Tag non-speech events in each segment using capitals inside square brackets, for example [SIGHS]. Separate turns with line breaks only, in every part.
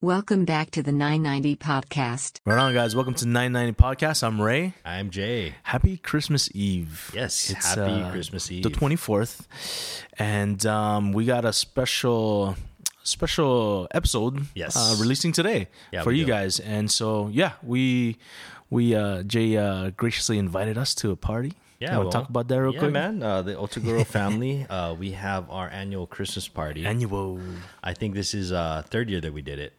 Welcome back to the 990 podcast.
Right on, guys. Welcome to 990 Podcast. I'm Ray.
I'm Jay.
Happy Christmas Eve. uh,
Yes, happy Christmas Eve.
The 24th. And um, we got a special special episode
Yes.
uh, releasing today
Yeah,
for
we
you
do.
guys. And so, yeah, we we uh, Jay uh, graciously invited us to a party.
Yeah,
Can we
well,
talk about that real
yeah,
quick?
man. Uh, the Otoguro family. [LAUGHS] Uh, we have our annual Christmas party.
Annual.
I think this is uh third year that we did it,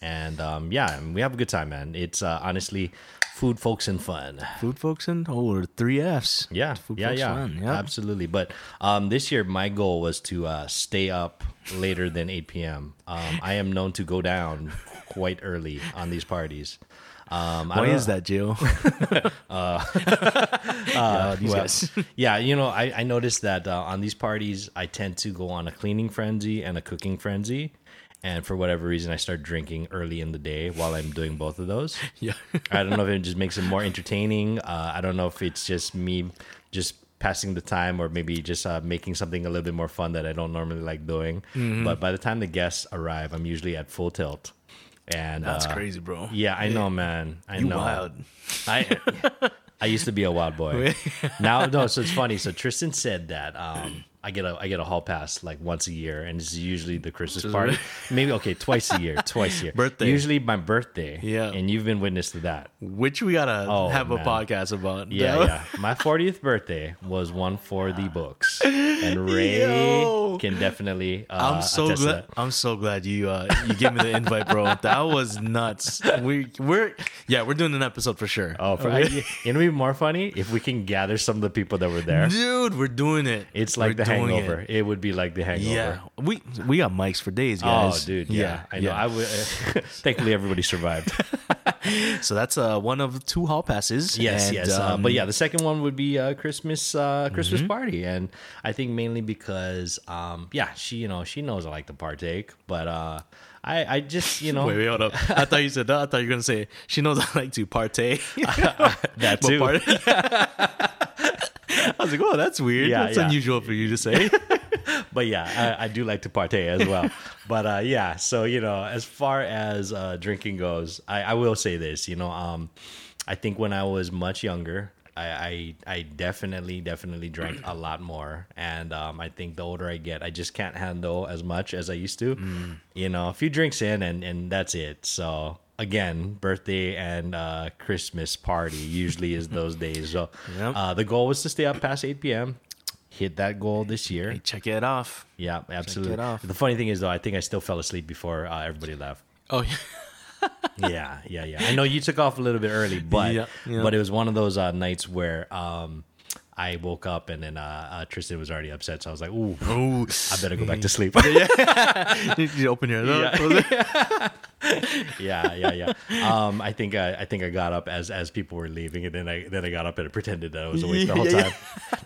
and um, yeah, and we have a good time, man. It's uh, honestly food, folks, and fun.
Food folks and oh, we're three Fs.
Yeah,
Food
yeah,
folks
yeah,
fun, yeah.
absolutely. But um, this year, my goal was to uh, stay up later than 8 p.m. Um, I am known to go down quite early on these parties. Um,
Why is that,
[LAUGHS]
Jill? [LAUGHS] uh, these
Well,
guys.
[LAUGHS]
[LAUGHS]
yeah, you know, I, I noticed that uh, on these parties, I tend to go on a cleaning frenzy and a cooking frenzy. And for whatever reason, I start drinking early in the day while I'm doing both of those.
[LAUGHS] Yeah.
I don't know if it just makes it more entertaining. Uh, I don't know if it's just me just passing the time or maybe just uh, making something a little bit more fun that I don't normally like doing.
Mm-hmm.
But by the time the guests arrive, I'm usually at full tilt. And
That's
uh,
crazy, bro.
Yeah, I know, man. I
You
know.
wild. [LAUGHS]
I I used to be a wild boy. now no, so it's funny. So Tristan said that um I get a I get a hall pass like once a year and it's usually the Christmas party. Maybe okay, twice a year, twice a year.
Birthday.
Usually my birthday.
Yeah.
And you've been witness to that.
Which we gotta
Oh,
have a
man.
podcast about.
Yeah,
though.
yeah. My 40th birthday was one for the books.
[LAUGHS]
And Ray
Yo.
can definitely
[LAUGHS]
uh,
I'm so
attest to
glad.
that.
I'm so glad you uh, you gave me the invite,
[LAUGHS]
bro. That was nuts. We we're yeah, we're doing an episode for sure. [LAUGHS]
Oh, for, I, you know, it'd be more funny if we can gather some of the people that were there.
dude, we're doing it.
It's like
We're
the
doing
hangover.
it.
It. would be like the hangover.
Yeah, we we got mics for days,
Oh,
guys.
dude. Yeah. I know. I would. uh, [LAUGHS] thankfully, everybody survived.
So that's uh, one of two hall passes.
[LAUGHS] yes,
and,
yes. uh,
um,
but yeah, the second one would be uh, Christmas, uh, Christmas party, and I think mainly because, um, yeah, she, you know, she knows I like to partake, but uh, I, I [LAUGHS] just, you know,
Wait, wait, hold up. I thought you said that. I thought you were gonna say she knows I like to partay.
[LAUGHS]
[LAUGHS]
that
But
too.
part- I was like, oh, that's weird.
Yeah,
that's
yeah.
unusual for you to
[LAUGHS]
say.
but yeah, I, I do like to partay as well. but uh, yeah, so you know, as far as uh, drinking goes, I, I will say this. You know, um, I think when I was much younger, I, I I definitely definitely drank a lot more, and um, I think the older I get, I just can't handle as much as I used to. You know, a few drinks in, and and that's it. So. Again, birthday and uh, Christmas party usually is those days. So
Yep.
uh, the goal was to stay up past 8 p.m. Hit that goal this year.
Check it off.
Yeah, absolutely.
off.
The funny thing is, though, I think I still fell asleep before uh,
[LAUGHS]
everybody left.
Oh yeah.
yeah, yeah, yeah. I know you took off a little bit early, but
Yeah, yeah.
but it was one of those uh, nights where um, I woke up and then uh, uh, Tristan was already upset, so I was like, "Ooh,
Oh,
[LAUGHS] I better go back
[LAUGHS]
to sleep."
you, you open your
Yeah.
Was it-
[LAUGHS] yeah, yeah, yeah. Um, I think I, I think I got up as as people were leaving, and then I then I got up and pretended that I was awake the whole
Yeah, yeah.
time.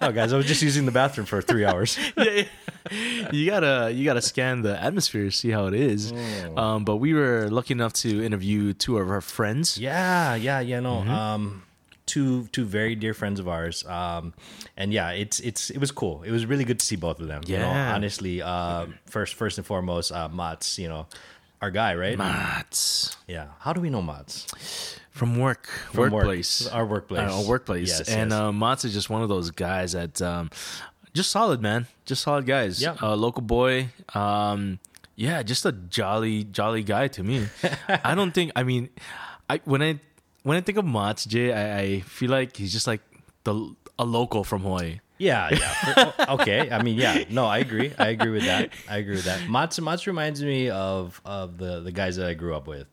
no, guys, I was just using the bathroom for
[LAUGHS]
three hours.
[LAUGHS] yeah, yeah. You gotta you gotta scan the atmosphere to see how it is.
Oh.
Um, but we were lucky enough to interview two of our friends.
Yeah, yeah, yeah. No,
Mm-hmm.
um, two two very dear friends of ours. Um, and yeah, it's it's it was cool. It was really good to see both of them. you know.
Yeah.
honestly, uh, first first and foremost, uh, Mats, you know, our guy, right?
Mats
Yeah. How do we know Mats?
from work,
From work.
workplace,
Our workplace.
Uh, our workplace.
Yes,
and
yes.
Uh, Mats is just one of those guys that um, just solid man, just solid guys.
Yeah.
uh, local boy. Um, yeah, just a jolly jolly guy to
[LAUGHS]
me. I don't think. I mean, I when I when I think of Mats Jay, I, I feel like he's just like the a local from Hawaii.
Yeah, yeah. Oh, okay. I mean, yeah. No, I agree. I agree with that. I agree with that. Mats Mats reminds me of of the the guys that I grew up with.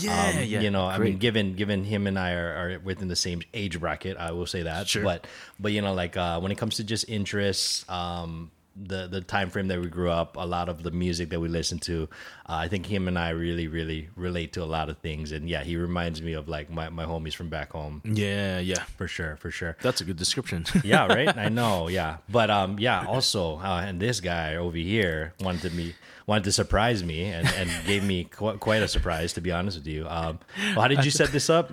Yeah, yeah.
Um, You know, I
Great.
mean, given given him and I are, are within the same age bracket, I will say that.
Sure.
But but you know, like uh, when it comes to just interests, um, the the time frame that we grew up, a lot of the music that we listened to, uh, I think him and I really really relate to a lot of things. And yeah, he reminds me of like my my homies from back home
Yeah, yeah.
for sure, for sure.
That's a good description. [LAUGHS]
yeah, right. I know. Yeah, but um, yeah. Also, uh, and this guy over here wanted me wanted to surprise me and, and gave me qu- quite a surprise, to be honest with you. Um, well, how did you set this up?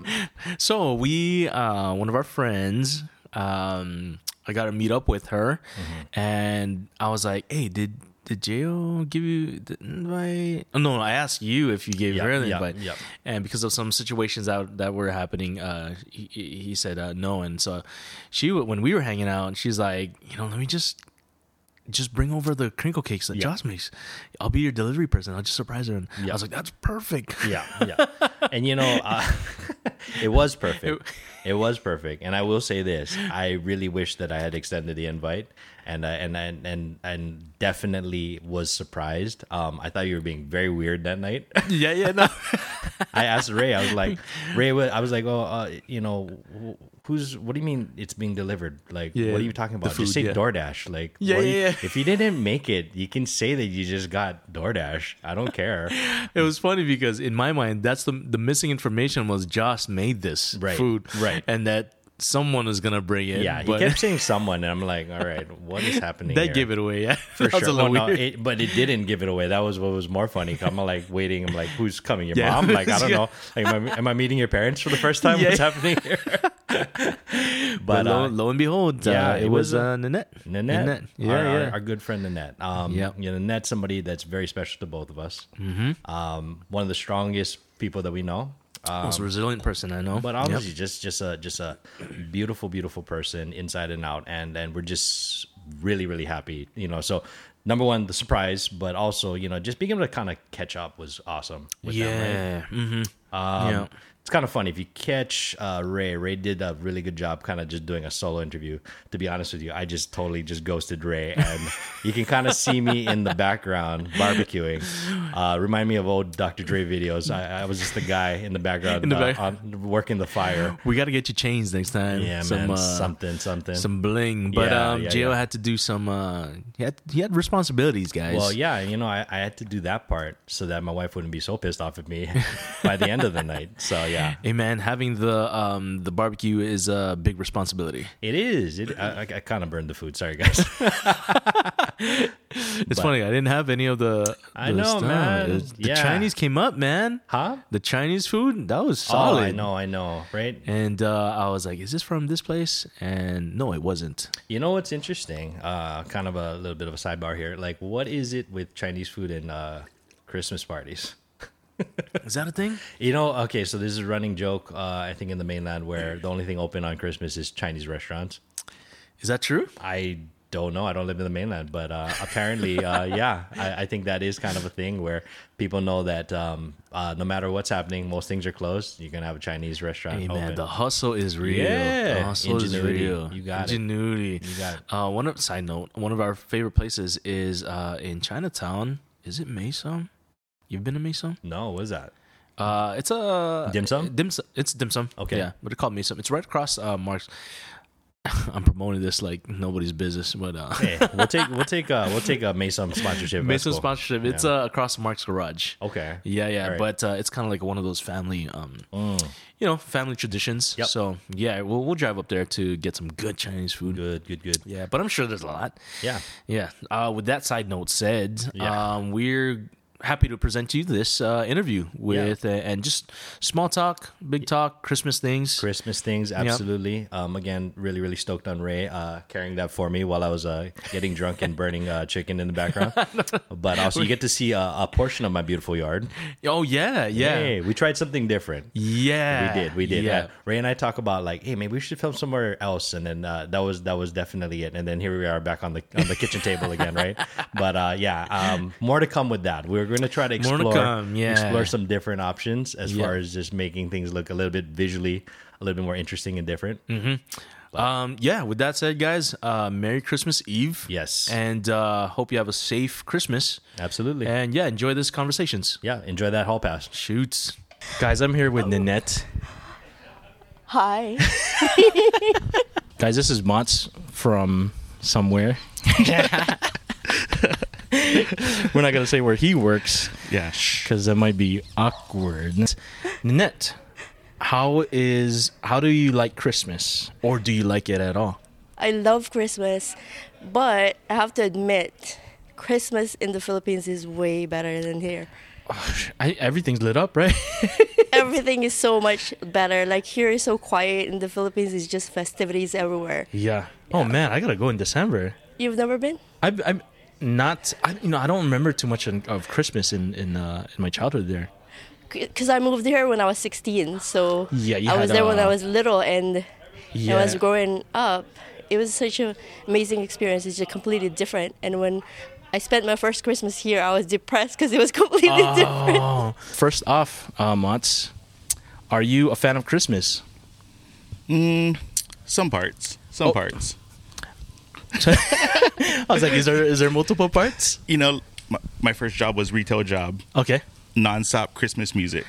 so we, uh, one of our friends,
Mm-hmm.
um, I got to meet up with her, and I was like, "Hey, did did Jo give you the invite? Oh, no, I asked you if you gave
Yeah,
her the
yeah,
invite,
yeah.
and because of some situations that that were happening, uh, he, he he said uh, no, and so she when we were hanging out, she's like, you know, let me just just bring over the crinkle cakes that
Yeah.
Joss makes. I'll be your delivery person. I'll just surprise her. And I
Yeah.
was like, that's perfect.
yeah, yeah. And you know, uh, [LAUGHS] it was perfect. It was perfect. And I will say this: I really wish that I had extended the invite, and I and and and, and definitely was surprised. Um, I thought you were being very weird that night. [LAUGHS]
yeah, yeah, [LAUGHS] no.
I asked Ray. I was like, Ray. what- I was like, oh, uh, you know, wh- who's? What do you mean it's being delivered? Like,
Yeah,
what are you talking
the
about? just
food,
say
yeah.
DoorDash. Like,
Yeah,
what do
yeah,
you-
yeah.
If you didn't make it, you can say that you just got DoorDash. I don't care.
[LAUGHS] It was funny because in my mind, that's the the missing information was Joss made this
Right,
food,
right.
and that someone was gonna bring it.
Yeah, he
but
kept saying someone, and I'm like, all right, what is happening?
[LAUGHS] that
here?
gave it away. [LAUGHS] Yeah,
[LAUGHS] for
That was
sure.
a
Oh,
little
no,
weird.
it, but it didn't give it away. That was what was more funny. 'cause I'm like waiting. I'm like, who's coming? Your
Yeah.
mom? Like, I
[LAUGHS]
don't
Yeah.
know. Like, am, I, am I meeting your parents for the first
[LAUGHS]
time?
Yeah.
What's happening here? [LAUGHS] but
But lo,
uh,
lo and behold,
yeah,
uh, it,
it
was,
was,
uh, Nanette.
Nanette,
Yeah,
our,
yeah.
Our, our good friend Nanette. Um,
Yep.
you know, Nanette's somebody that's very special to both of us. Mm-hmm. Um, one of the strongest people that we know. Uh,
Most resilient person I know.
but
Yep.
obviously, just just a just a beautiful, beautiful person inside and out, and and we're just really, really happy. You know, so number one, the surprise, but also you know, just being able to kind of catch up was awesome. With them, right?
yeah. hmm
Um,
Yeah.
It's kind of funny if you catch uh, Ray. Ray did a really good job, kind of just doing a solo interview. To be honest with you, I just totally just ghosted Ray, and you can kind of see me in the background barbecuing. Uh, remind me of old Dr. Dre videos. I, I was just the guy in the background,
the
uh,
back-
on, working the fire.
We got to get you changed next time.
Yeah,
some,
man,
uh,
something, something.
some bling. But
Yeah,
um,
yeah,
Gio
yeah.
had to do some. Uh, he had he had responsibilities, guys.
Well, yeah, you know, I, I had to do that part so that my wife wouldn't be so pissed off at me [LAUGHS] by the end of the night. So yeah,
Hey man, having the um the barbecue is a big responsibility.
it is. It, I, I kind of burned the food. Sorry, guys. [LAUGHS]
It's funny, I didn't have any of the.
I
the
know, man.
It's- The
Yeah.
Chinese came up, man.
Huh?
The Chinese food that was
Oh,
solid.
I know, I know, right?
And uh, I was like, "Is this from this place?" And no, it wasn't.
You know what's interesting? Uh, kind of a little bit of a sidebar here. Like, what is it with Chinese food and uh, Christmas parties?
Is that a thing?
You know, okay, so this is a running joke, uh, I think, in the mainland where the only thing open on Christmas is Chinese restaurants.
Is that true?
I don't know. I don't live in the mainland, but uh, apparently, uh, yeah, I, I think that is kind of a thing where people know that um, uh, no matter what's happening, most things are closed. You're gonna have a Chinese restaurant
Hey
open.
man, the hustle is real. the
Yeah.
hustle
Ingenuity.
is real.
You got it.
Ingenuity. You
got it.
Uh, one of side note, one of our favorite places is uh, in Chinatown. Is it Meisong? You've been to Meisong?
no, what is that?
Uh, it's a
Dim sum?
Dim sum. It's dim sum.
Okay.
Yeah, but they call me sum. It's right across uh, Mark's. [LAUGHS] I'm promoting this like nobody's business, but uh, [LAUGHS]
Hey, we'll take we'll take uh, we'll take a Mason sponsorship. That's
Mason
cool.
sponsorship. It's uh, across Mark's garage.
Okay.
Yeah, yeah,
All right. Mm.
but uh, it's kind of like one of those family, um, you know, family traditions.
Yep.
So yeah, we'll we'll drive up there to get some good Chinese food.
Good, good, good.
Yeah, but I'm sure there's a lot.
Yeah.
Yeah. Uh, with that side note said,
Yeah.
um, we're happy to present you this uh, interview with uh, and just small talk, big talk, Christmas things.
Christmas things, absolutely. Um, again, really, really stoked on Ray uh, carrying that for me while I was uh, getting drunk and burning uh, chicken in the background. but also, you get to see a, a portion of my beautiful yard.
Oh yeah, yeah,
Hey, we tried something different.
yeah.
We did, we did.
Yeah.
Uh, Ray and I talk about like, hey, maybe we should film somewhere else, and then uh, that was that was definitely it. And then here we are back on the on the kitchen table
[LAUGHS]
again, right? But uh, yeah, um, more to come with that. We're going to try to
More
explore
to come, yeah.
explore some different options as
Yeah.
far as just making things look a little bit visually a little bit more interesting and different.
Mm. Um, yeah. With that said, guys, uh, Merry Christmas Eve.
Yes.
And uh, hope you have a safe Christmas.
Absolutely.
And yeah, enjoy this conversations.
yeah, enjoy that hall pass.
Shoots, guys. I'm here with Nanette.
Hi.
[LAUGHS] Guys, this is Mats from somewhere. We're not gonna say where he works
Yeah. Shh.
because that might be awkward. Nanette, how is how do you like Christmas, or do you like it at all?
I love Christmas, but I have to admit, Christmas in the Philippines is way better than
[LAUGHS]
here.
I, everything's lit up, right?
Everything is so much better. Like here is so quiet. In the Philippines, it's just festivities everywhere.
Yeah. Oh man, I gotta go in December.
You've never been?
I've, I'm not I, you know I don't remember too much in, of Christmas in in, uh, in my childhood there.
because I moved here when I was 16. So
Yeah, you
I was
had,
there when I
uh,
was little, and when I was
Yeah.
growing up, it was such an amazing experience. It's just completely different. And when I spent my first Christmas here, I was depressed because it was [LAUGHS] completely different.
Oh, first off, uh, Mats, are you a fan of Christmas?
Some parts. Some
Oh.
parts.
I was like, is there is there multiple parts?
You know, my, my first job was retail job,
Okay.
nonstop Christmas music.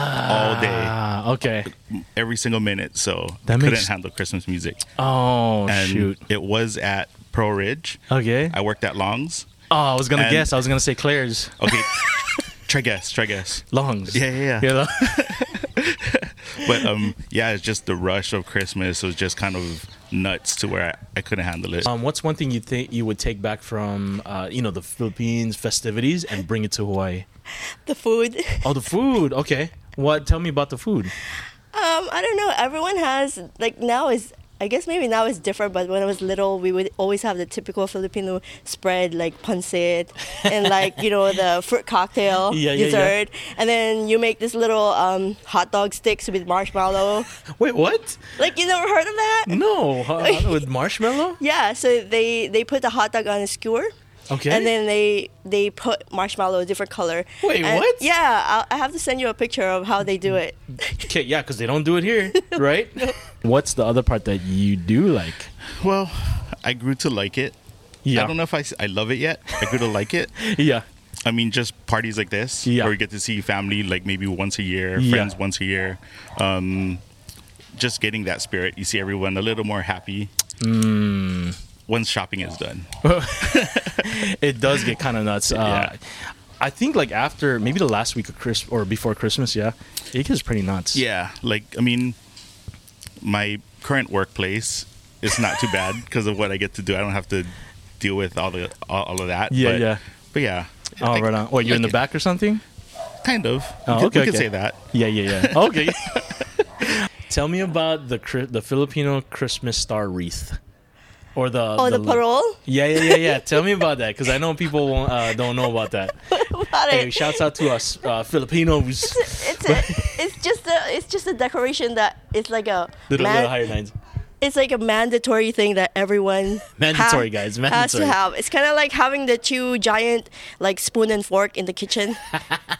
Ah.
Ah, okay.
All day, every single minute. So
That
I couldn't
makes-
handle Christmas music.
Oh
And
shoot. Oh.
it was at Pearl Ridge.
Okay.
I worked at Long's.
Oh, I was gonna
and-
guess. I was gonna say Claire's [LAUGHS]
Okay. try guess. Try guess.
Longs.
Yeah, yeah, yeah.
long-
But um, yeah, it's just the rush of Christmas was just kind of nuts to where I, I couldn't handle
[LAUGHS]
it.
um, what's one thing you think you would take back from uh, you know the Philippines festivities and bring it to Hawaii?
The food. [LAUGHS]
Oh, the food. Okay. What? Tell me about the food.
Um, I don't know. Everyone has like now is I guess maybe now it's different, but when I was little, we would always have the typical Filipino spread like pancit and like you know the fruit cocktail
[LAUGHS] Yeah, yeah, yeah.
dessert, and then you make this little um, hot dog sticks with
[LAUGHS]
marshmallow.
Wait, what?
like you never heard of that?
No, [LAUGHS] huh, with marshmallow.
Yeah. So they they put the hot dog on a skewer.
Okay.
And then they they put marshmallow a different color.
Wait,
And-
what?
Yeah, I'll, I have to send you a picture of how they do it.
Okay, yeah, because they don't do it [LAUGHS] here, right? What's the other part that you do like?
well, I grew to like it.
Yeah,
I don't know if I, s- I love it yet. I grew to like it.
Yeah,
I mean, just parties like this
Yeah.
where you get to see family like maybe once a year,
Yeah.
friends once a year. Um, just getting that spirit. You see everyone a little more happy
Hmm.
once shopping is done.
it does get kind of nuts. Uh,
Yeah.
I think like after maybe the last week of Christmas or before Christmas, yeah, it gets pretty nuts.
Yeah, like I mean, my current workplace is not too
[LAUGHS]
bad because of what I get to do. I don't have to deal with all the all, all of that.
Yeah,
but,
yeah.
But yeah.
Oh,
I-
right on. What, you're in the
like
back or something?
it. Kind of.
Oh,
we could,
okay,
we could
okay.
say that.
Yeah, yeah, yeah. [LAUGHS] Okay. Tell me about the Chri- the Filipino Christmas star wreath, or the
Oh, the, parole.
Yeah, yeah, yeah, yeah. Tell me about that because I know people won't, uh, don't know about that.
[LAUGHS] About
Hey,
it.
shouts out to us uh, Filipinos.
[LAUGHS] It's a, it's just a it's just a decoration that it's like a
Little,
man-
little higher nines.
it's like a mandatory thing that everyone
[LAUGHS] Mandatory,
have-
guys,
has
mandatory.
to have. It's kind of like having the two giant like spoon and fork in the
[LAUGHS]
kitchen.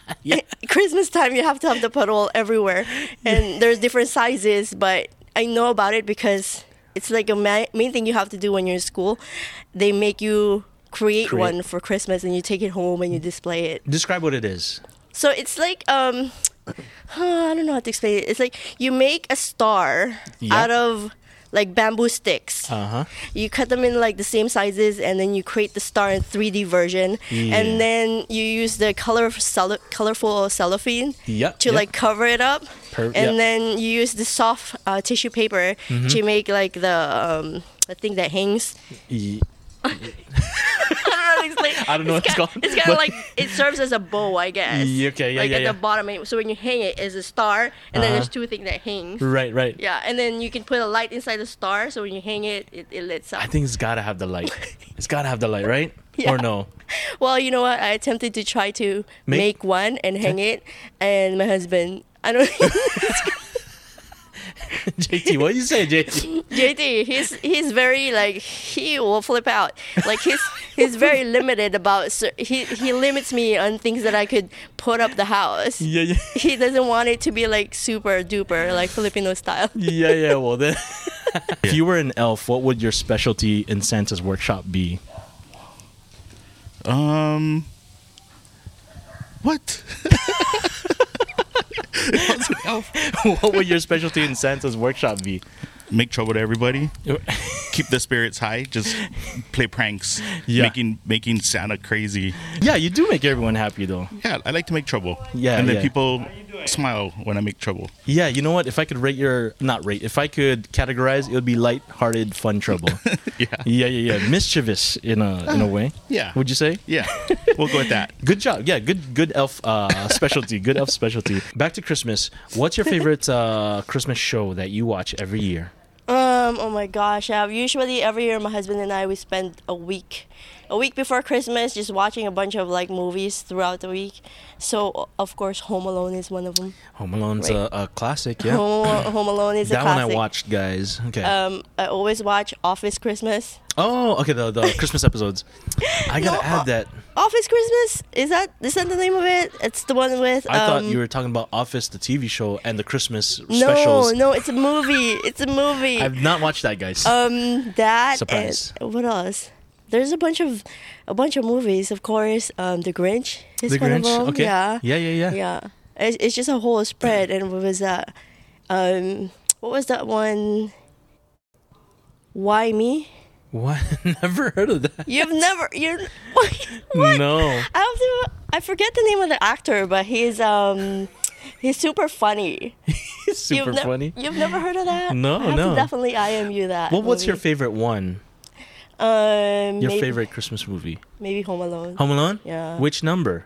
[LAUGHS] Christmas time, you have to have the parole
[LAUGHS]
everywhere, and there's different sizes. But I know about it because it's like a ma- main thing you have to do when you're in school. They make you create,
Create.
one for Christmas, and you take it home and you display it.
Describe what it is.
So it's like um, [SIGHS] I don't know how to explain it. It's like you make a star
Yeah.
out of like bamboo sticks.
Uh huh.
You cut them in like the same sizes, and then you create the star in 3D version,
Yeah.
and then you use the color cello- colorful cellophane
Yeah,
to
yeah.
like cover it up,
Per- Mm-hmm.
and
yeah.
then you use the soft uh, tissue paper to make like the um, the thing that hangs. I don't know. how to explain.
I don't know
[LAUGHS] It's
what it's
ki-
called,
It's kind of
but-
like it serves as a bow, I guess.
Yeah, okay, yeah,
like
yeah,
at
yeah.
the bottom, and- so when you hang it, it's a star, and then
Uh-huh.
there's two things that hang.
Right, right.
Yeah, and then you can put a light inside the star, so when you hang it, it, it lights up.
I think it's gotta have the light. It's gotta have the light, right?
Yeah.
Or no? [LAUGHS]
Well, you know what? I attempted to try to
Make-
make, one and hang it, and my husband, I don't. [LAUGHS]
JT, what do you say,
[LAUGHS]
JT?
JT, he's he's very like he will flip out. Like he's
[LAUGHS]
he's very limited about. cer- He he limits me on things that I could put up the house.
Yeah, yeah,
He doesn't want it to be like super duper like Filipino style. [LAUGHS]
yeah, yeah. Well then, [LAUGHS] if you were an elf, what would your specialty in Santa's workshop be? [LAUGHS]
Um. What? [LAUGHS]
what would your specialty in Santa's workshop be?
Make trouble to everybody. Keep the spirits high. Just
[LAUGHS]
play pranks.
Yeah.
Making making Santa crazy.
yeah, you do make everyone happy though.
Yeah, I like to make trouble.
Yeah,
And then
yeah.
people smile when I make trouble.
Yeah, you know what? If I could rate your not rate, if I could categorize, it would be light-hearted, fun trouble.
[LAUGHS] Yeah. Ah,
yeah, yeah, yeah. Mischievous in a in a way.
yeah.
Would you say?
Yeah.
[LAUGHS]
We'll go with that.
Good job. Yeah, good good elf uh, [LAUGHS] specialty. Good elf specialty. Back to Christmas. What's your favorite uh, Christmas show that you watch every year?
Um. Oh my gosh. Uh, usually every year, my husband and I we spend a week a week before Christmas, just watching a bunch of like movies throughout the week. So of course, Home Alone is one of them.
Home Alone's a, a classic, yeah.
Home, Home Alone is a
that one
classic.
I watched, guys. Okay.
Um, I always watch Office Christmas.
oh, okay. The,
[LAUGHS]
the Christmas episodes. I gotta
No, uh,
add that.
Office Christmas is that is that the name of it? It's the one with.
I thought
um,
you were talking about Office, the TV show, and the Christmas
No,
specials.
no, it's a movie. It's a movie.
[LAUGHS] I've not watched that, guys.
um, that
Surprise.
and what else? There's a bunch of a bunch of movies, of course. Um, The Grinch is
the
one
Grinch.
of them.
Okay.
Yeah.
Yeah. Yeah. Yeah.
Yeah. It's, it's just a whole spread. And what was that? Um, what was that one? Why me?
What? [LAUGHS] Never heard of that.
You've never you [LAUGHS] what? what?
No.
I have to, I forget the name of the actor, but he's um he's super funny.
It's super
[LAUGHS] you've nev-
funny.
You've never heard of that?
No,
I have to
no.
definitely I am you that.
Well, what's your
movie.
favorite one?
um
Your
maybe,
favorite Christmas movie?
Maybe Home Alone.
Home Alone.
Yeah. Um,
Which number?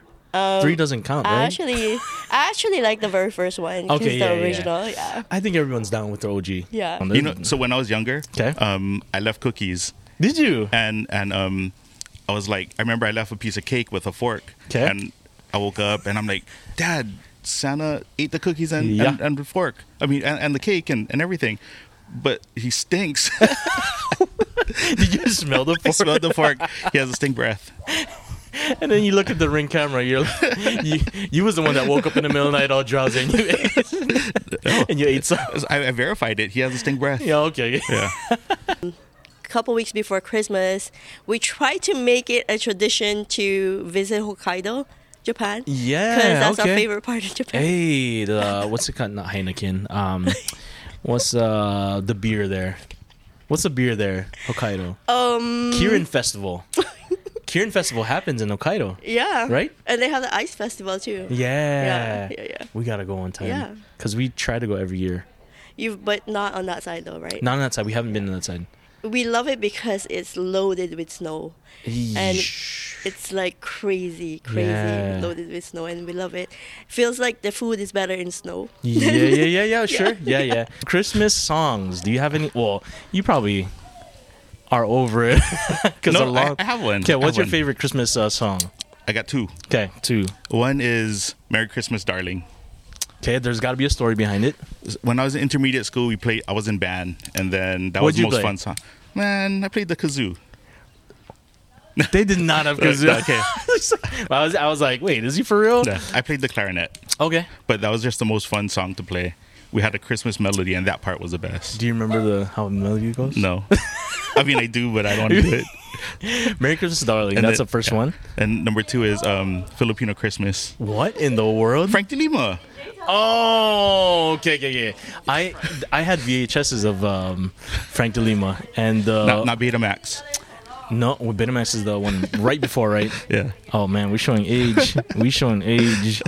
Three doesn't count,
I
right?
actually I actually like the very first one because
Okay,
the
yeah, yeah.
original, yeah.
I think everyone's down with the OG.
Yeah.
On
You
the-
know, so when I was younger,
Okay.
um, I left cookies,
did you?
[LAUGHS] and and um, I was like, I remember I left a piece of cake with a fork,
Okay.
and I woke up and I'm like, Dad, Santa ate the cookies and
Yeah.
and, and the fork. I mean, and, and the cake and, and everything, but he stinks. [LAUGHS]
Did you smell the [LAUGHS]
I [LAUGHS]
fork?
smelled the fork. He has a stink breath.
And then you look at the ring camera. You're like, [LAUGHS] you, you was the one that woke up in the middle of the night all
[LAUGHS]
drowsy, [LAUGHS] and you ate, and you ate some.
uh, I, I verified it. He has a stink breath.
Yeah, okay.
Yeah.
couple weeks before Christmas, we try to make it a tradition to visit Hokkaido, Japan.
Yeah,
because that's
okay.
our favorite part of Japan.
Hey, the what's it called? Not Heineken.
[LAUGHS]
Um, what's uh the beer there? What's the beer there? Hokkaido.
Um,
Kirin
[LAUGHS]
Festival. Kirin Festival happens in Hokkaido.
yeah,
Right?
And they have the ice festival too.
Yeah.
yeah, yeah.
We gotta go one time.
Yeah.
Cause we try to go every year.
You, but not on that side though, right?
Not on that side. We haven't been on that side.
We love it because it's loaded with snow. And it's like crazy, crazy
Yeah.
loaded with snow, and we love it. Feels like the food is better in snow.
yeah, yeah,
[LAUGHS]
yeah, yeah, sure. Yeah, yeah, Christmas songs. Do you have any? Well, you probably are over it. [LAUGHS] 'Cause a
No,
lot-
I- I have one.
Okay,
I
what's
have
your
one.
favorite Christmas uh, song?
I got two.
Okay, two.
One is Merry Christmas, Darling.
Okay, there's got to be a story behind
[LAUGHS]
it.
When I was in intermediate school, we played. I was in band, and then that
What'd
was the
you
most
play?
fun song. Man, I played the kazoo.
They did not have kazoo.
Okay.
[LAUGHS] I was, I was like, wait, is he for real?
I played the clarinet,
Okay.
but that was just the most fun song to play. We had a Christmas melody, and that part was the best.
Do you remember the how the melody goes? [LAUGHS]
No, I mean I do, but I don't want to do it.
Merry Christmas, darling.
And
That's
then-
the first
yeah.
one.
And number two is um, Filipino Christmas.
What in the world?
Frank De Lima.
Oh, okay, okay, okay. I I had VHSs of um, Frank De Lima and uh,
Not, not Betamax.
no, well, Betamax is the one right before, right?
[LAUGHS] Yeah.
Oh man, we're showing age. we showing age.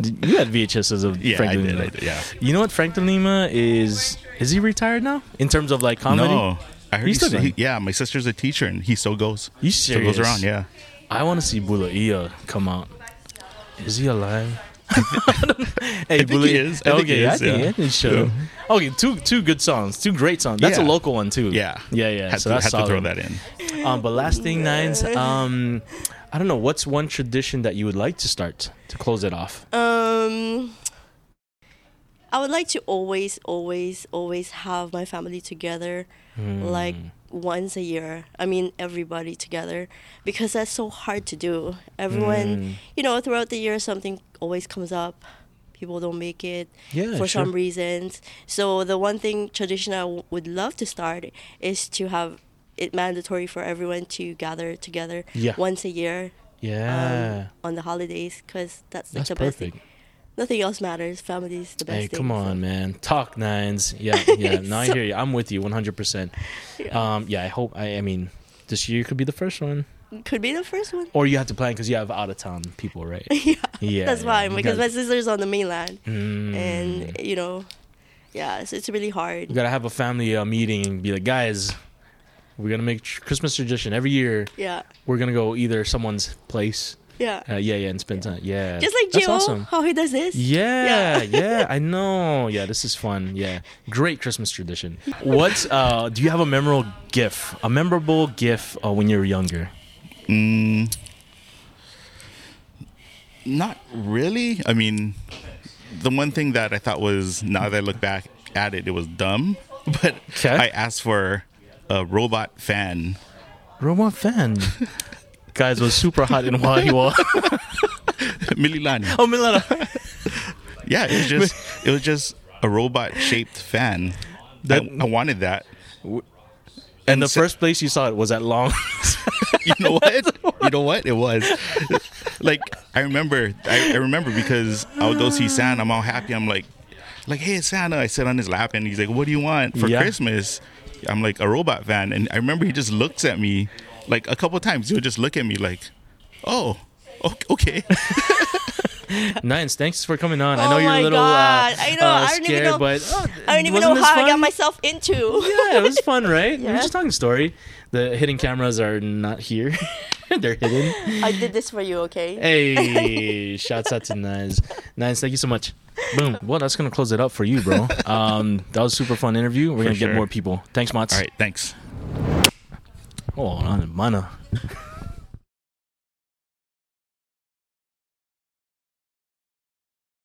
Did- You had VHSs of
Yeah,
Frank
I
De
did,
Lima.
I did, yeah.
You know what? Frank De Lima is is he retired now in terms of like comedy?
No. I heard
He's
he's
still going.
he, yeah, my sister's a teacher and he still goes.
You
still goes
serious?
around, yeah.
I want to see Bulaia come out. Is he alive? hey, [LAUGHS] I
think he is.
okay,
I think he
yeah,
is,
I think
yeah.
he is. Sure. Okay, two two good songs, two great songs. That's a
Yeah.
local one too.
Yeah.
yeah, yeah.
Had,
so
to,
that's
had to throw
solid.
that in.
Um, but last thing, nines. Um, I don't know. What's one tradition that you would like to start to close it off?
Um, I would like to always, always, always have my family together, like
Hmm.
once a year. I mean, everybody together, because that's so hard to do. Everyone,
Hmm.
you know, throughout the year, something always comes up. People don't make it
Yeah,
for
sure. Um,
some reasons. So the one thing tradition I w- would love to start is to have it mandatory for everyone to gather together
Yeah.
once a year
Yeah,
um, on the holidays because that's like
that's
the best thing
perfect.
nothing else matters. Family is the best
Hey,
thing.
come
so.
on, man. Talk
[LAUGHS]
nines. Yeah, yeah. No, I hear you. I'm with you 100%. Um, yeah, I hope. I, I mean, this year could be the first one.
Could be the first one. [LAUGHS]
Or you have to plan because you have out of town people, right?
yeah.
Yeah,
That's
yeah,
why
you
because
gotta-
my sister's on the mainland, and you know, yeah, so it's really hard.
You gotta have a family uh, meeting and be like, guys, we're gonna make tr- Christmas tradition every year.
Yeah,
We're gonna go either someone's place,
yeah.
uh, yeah, yeah, and spend time. Yeah,
Just like
that's
Joe,
awesome.
how he does this.
Yeah,
Yeah.
yeah, I know. Yeah, this is fun. Yeah, great Christmas tradition. What uh, do you have a memorable gif? A memorable gif uh, when you were younger?
Mm, Not really. I mean, the one thing that I thought was now that I look back at it, it was dumb. [LAUGHS] But
Okay.
I asked for a robot fan. [LAUGHS]
Roma fan. Guys was super hot in [LAUGHS] Wahiwa.
Mililan.
oh, Milana.
Yeah, it was just it was just a robot shaped fan.
That-
I, I wanted that.
And the
so-
first place you saw it was at [LAUGHS] Long.
[LAUGHS] you know what? You know what? It was. Like I remember I, I remember because I'll go see Santa, I'm all happy, I'm like like, hey Santa, I sit on his lap and he's like, What do you want for
Yeah.
Christmas? I'm like a robot van and I remember he just looks at me like a couple times, he'll just look at me like, Oh, o- okay.
Nines, thanks for coming on. I know
Oh
you're a
my
little
God.
Uh,
I know.
uh,
I don't even
scared,
know-
but oh,
I don't even
wasn't
know
this
how I got
fun?
myself into.
Yeah, it was fun, right? We We're
Yeah.
just talking story. The hidden cameras are not here; [LAUGHS] they're hidden.
[LAUGHS] I did this for you, okay?
Hey, shouts out to Nines. Nines, thank you so much. Boom. Well, that's gonna close it up for you, bro. Um, that was a super fun interview. We're gonna
sure.
get more people. Thanks, Mats.
All right, thanks.
Oh, on mana.